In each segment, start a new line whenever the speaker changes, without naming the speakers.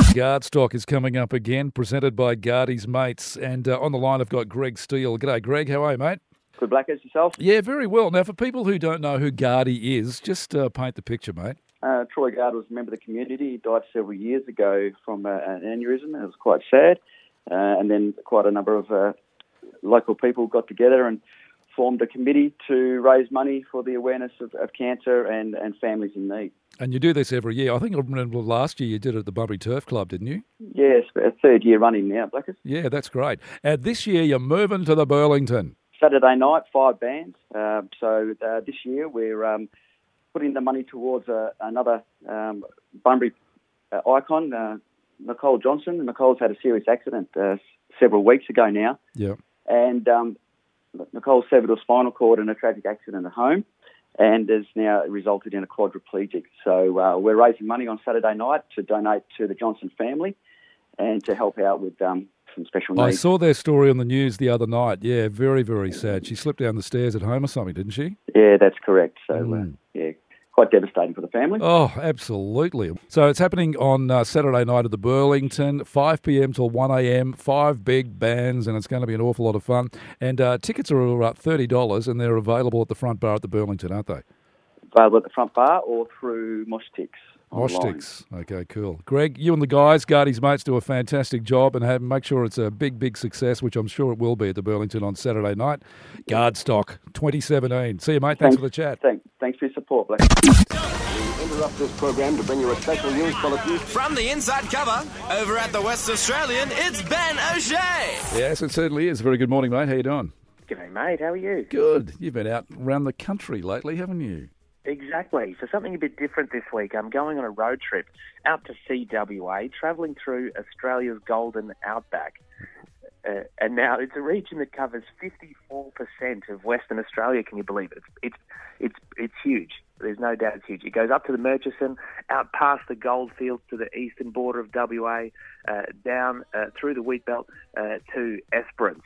Yardstock is coming up again, presented by Guardy's Mates. And uh, on the line, I've got Greg Steele. G'day, Greg. How are you, mate?
Good black as yourself.
Yeah, very well. Now, for people who don't know who Guardy is, just uh, paint the picture, mate.
Uh, Troy Gard was a member of the community. He died several years ago from uh, an aneurysm. It was quite sad. Uh, and then quite a number of uh, local people got together and formed a committee to raise money for the awareness of, of cancer and, and families in need.
And you do this every year. I think I remember last year you did it at the Bumpy Turf Club, didn't you?
Yes, a third year running now, Blackers.
Yeah, that's great. And this year you're moving to the Burlington.
Saturday night, five bands. Uh, so uh, this year we're um, putting the money towards uh, another um, Bunbury uh, icon, uh, Nicole Johnson. Nicole's had a serious accident uh, s- several weeks ago now,
Yeah.
and um, Nicole severed her spinal cord in a tragic accident at home, and has now resulted in a quadriplegic. So uh, we're raising money on Saturday night to donate to the Johnson family and to help out with um, some special
I
needs.
saw their story on the news the other night. Yeah, very, very sad. She slipped down the stairs at home or something, didn't she?
Yeah, that's correct. So uh,
Mm.
yeah, quite devastating for the family.
Oh, absolutely. So it's happening on uh, Saturday night at the Burlington, 5 p.m. till 1 a.m. Five big bands, and it's going to be an awful lot of fun. And uh, tickets are about $30, and they're available at the front bar at the Burlington, aren't they?
available at the front bar or through Moshtix. online.
Hoshtix. Okay, cool. Greg, you and the guys, Guardy's mates, do a fantastic job and have, make sure it's a big, big success, which I'm sure it will be at the Burlington on Saturday night. Guardstock 2017. See you, mate. Thanks for the chat.
Thank, thanks for your support, Black.
Interrupt this program to bring you a special news bulletin.
From the inside cover, over at the West Australian, it's Ben O'Shea.
Yes, it certainly is. Very good morning, mate. How you doing?
G'day, mate. How are you?
Good. You've been out around the country lately, haven't you?
Exactly. So something a bit different this week. I'm going on a road trip out to CWA, travelling through Australia's golden outback. Uh, and now it's a region that covers 54% of Western Australia. Can you believe it? It's it's it's, it's huge. There's no doubt it's huge. It goes up to the Murchison, out past the goldfields to the eastern border of WA, uh, down uh, through the wheat belt uh, to Esperance.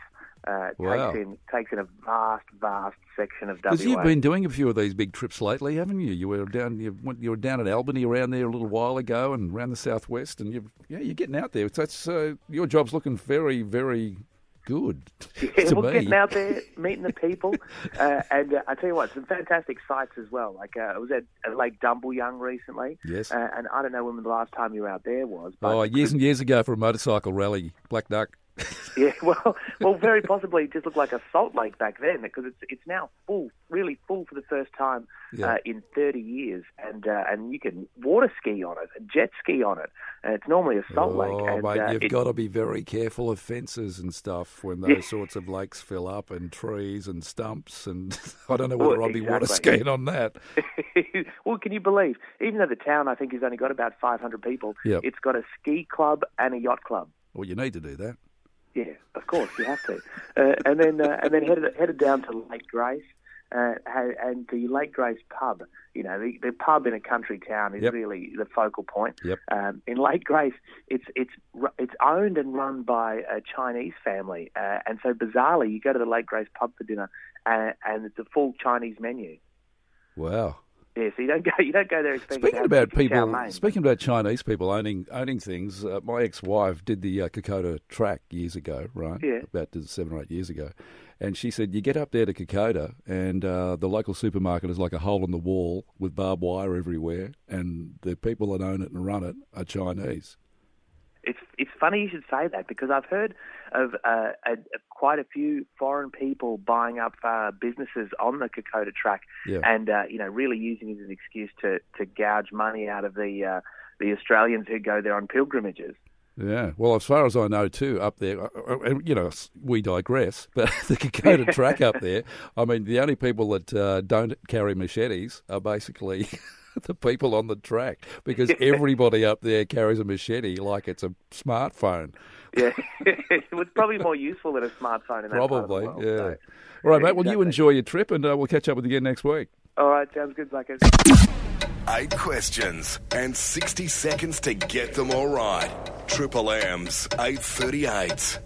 Uh,
Wow.
Takes in takes in a vast, vast section of WA.
Because you've been doing a few of these big trips lately, haven't you? You were down, you went, you were down at Albany around there a little while ago, and around the southwest, and you, yeah, you're getting out there. So That's uh, your job's looking very, very good
Yeah,
to
well,
me.
getting out there, meeting the people, uh, and uh, I tell you what, some fantastic sights as well. Like uh, I was at, at Lake Dumbleyung recently,
Yes.
uh, and I don't know when the last time you were out there was, but
Oh, years and years ago for a motorcycle rally, Black Duck.
yeah, well, well, very possibly it just looked like a salt lake back then because it's it's now full, really full for the first time
Yeah.
uh, in 30 years, and uh, and you can water ski on it, jet ski on it, and it's normally a salt lake.
oh,
and,
mate,
uh,
you've
it-
got to be very careful of fences and stuff when those sorts of lakes fill up, and trees and stumps, and I don't know
Well,
whether I'd be water
Oh, exactly.
skiing on that.
well, can you believe? Even though the town, I think, has only got about 500 people,
Yep.
it's got a ski club and a yacht club.
Well, you need to do that.
Yeah, of course you have to. Uh, and then uh, and then headed headed down to Lake Grace uh, and and the Lake Grace pub. You know, the, the pub in a country town is
Yep.
really the focal point.
Yep.
Um, in Lake Grace, it's it's ru- it's owned and run by a Chinese family, uh, and so bizarrely, you go to the Lake Grace pub for dinner, and, and it's a full Chinese menu.
Wow.
Yeah, so you don't go you don't go there expecting. to
Speaking
have
about
chicken chow
people,
mein.
speaking about Chinese people owning owning things, uh, my ex-wife did the uh, Kokoda track years ago, right?
Yeah.
About seven or eight years ago, and she said you get up there to Kokoda, and uh, the local supermarket is like a hole in the wall with barbed wire everywhere, and the people that own it and run it are Chinese.
It's it's funny you should say that because I've heard of uh, a, quite a few foreign people buying up uh, businesses on the Kokoda track,
Yeah.
and uh, you know really using it as an excuse to to gouge money out of the uh, the Australians who go there on pilgrimages.
Yeah. Well, as far as I know, too, up there, uh, uh, you know, s- we digress, but the Kokoda track up there, I mean, the only people that uh, don't carry machetes are basically the people on the track because everybody up there carries a machete like it's a smartphone.
Yeah, it was probably more useful than a smartphone in that part of the
Probably.
world,
yeah.
so.
All right,
Yeah,
mate. Well, you
exactly.
enjoy your trip and uh, we'll catch up with you again next week.
All right, sounds good, Blackers.
Eight questions and 60 seconds to get them all right. Triple M's 838.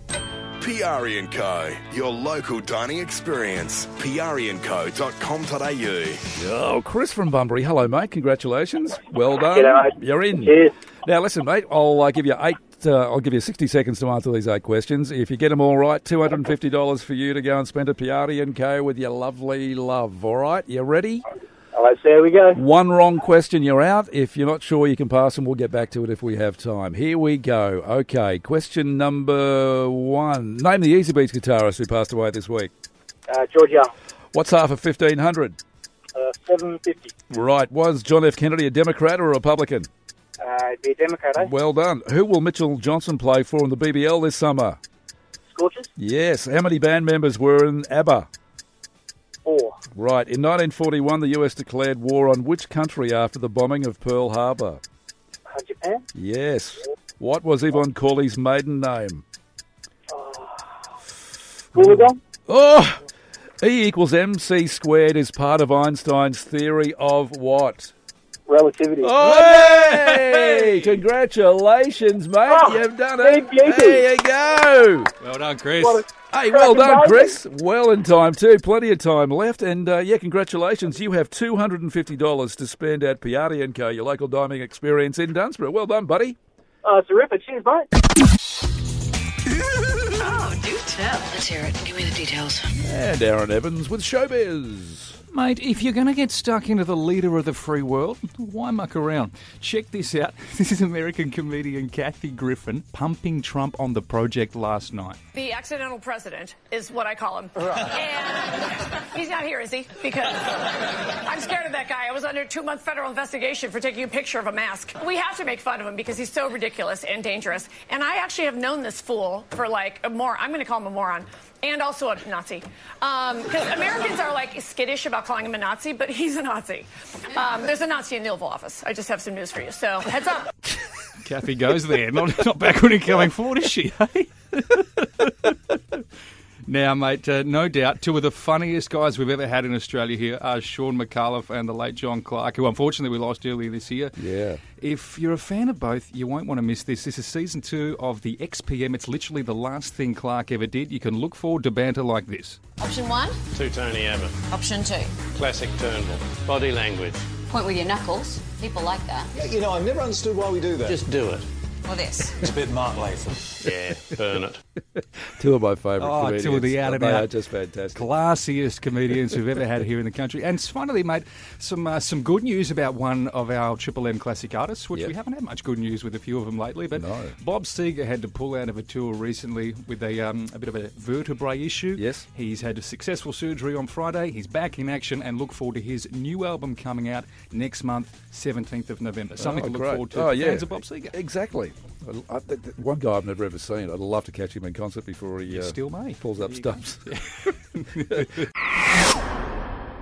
Piari & Co, your local dining experience. piariandco.com.au.
Oh, Chris from Bunbury. Hello, mate. Congratulations. Well done.
G'day, mate.
You're in.
Cheers.
Now, listen, mate. I'll uh, give you eight. Uh, I'll give you 60 seconds to answer these eight questions. If you get them all right, $250 for you to go and spend at Piatti and Co. with your lovely love. All right, you ready?
All right, so there we go.
One wrong question, you're out. If you're not sure, you can pass, and we'll get back to it if we have time. Here we go. Okay, question number one. Name the Easy Beats guitarist who passed away this week.
Uh, Georgia,
What's half of 1500?
uh, 750.
Right. Was John F. Kennedy a Democrat or a Republican?
Uh, it'd be a Democrat, eh?
Well done. Who will Mitchell Johnson play for in the BBL this summer?
Scorchers?
Yes. How many band members were in ABBA?
Four.
Right. In 1941, the US declared war on which country after the bombing of Pearl Harbor?
Uh, Japan?
Yes. What was Yvonne Corley's maiden name?
Wollongong?
Oh! E equals MC squared is part of Einstein's theory of what?
Relativity.
Oh. Hey! Congratulations, mate.
Oh,
You've done it.
thank you.
There you go.
Well done, Chris.
What a-
Hey, well
Cracking
done,
game.
Chris. Well in time, too. Plenty of time left. And uh, yeah, congratulations. You have $250 to spend at Piatti & Co., your local dining experience in Dunsborough. Well done, buddy.
Oh, it's a ripper. Cheers, mate.
Oh, do tell. Let's hear it. Give me the details.
And Aaron Evans with Showbiz.
Mate, if you're going to get stuck into the leader of the free world, why muck around? Check this out. This is American comedian Kathy Griffin pumping Trump on the project last night.
The accidental president is what I call him. And he's not here, is he? Because I'm scared of that guy. I was under a two month federal investigation for taking a picture of a mask. We have to make fun of him because he's so ridiculous and dangerous. And I actually have known this fool for like a more, I'm going to call him a moron. And also a Nazi. Because Americans are like skittish about calling him a Nazi, but he's a Nazi. Um, there's a Nazi in the Oval Office. I just have some news for you. So heads up.
Kathy goes there, not, not backward and going forward, is she? Hey? now, mate, uh, no doubt two of the funniest guys we've ever had in Australia here are Sean McAuliffe and the late John Clark, who unfortunately we lost earlier this year.
Yeah.
If you're a fan of both, you won't want to miss this. This is season two of the XPM. It's literally the last thing Clark ever did. You can look forward to banter like this.
Option one,
To Tony Abbott,
option two.
classic Turnbull, body language.
Point with your knuckles. People like that.
You know, I've never understood why we do that.
Just do it.
Or this.
It's a bit Mark Latham.
Yeah, burn it.
Two of my favourite
Oh,
comedians.
two of the out and
They
out.
are just fantastic.
Classiest comedians we've ever had here in the country. And finally, mate, some uh, some good news about one of our Triple M classic artists, which
Yep.
we haven't had much good news with a few of them lately. But
No.
Bob Seger had to pull out of a tour recently with a um, a bit of a vertebrae issue.
Yes.
he's had a successful surgery on Friday. He's back in action, and look forward to his new album coming out next month, seventeenth of November. Something
Oh,
to look
great.
forward to.
Oh,
for
yeah.
fans of Bob Seger.
Exactly. I, I, th- th- one guy I've never ever seen. I'd love to catch him in concert before he uh,
still may.
pulls up stumps.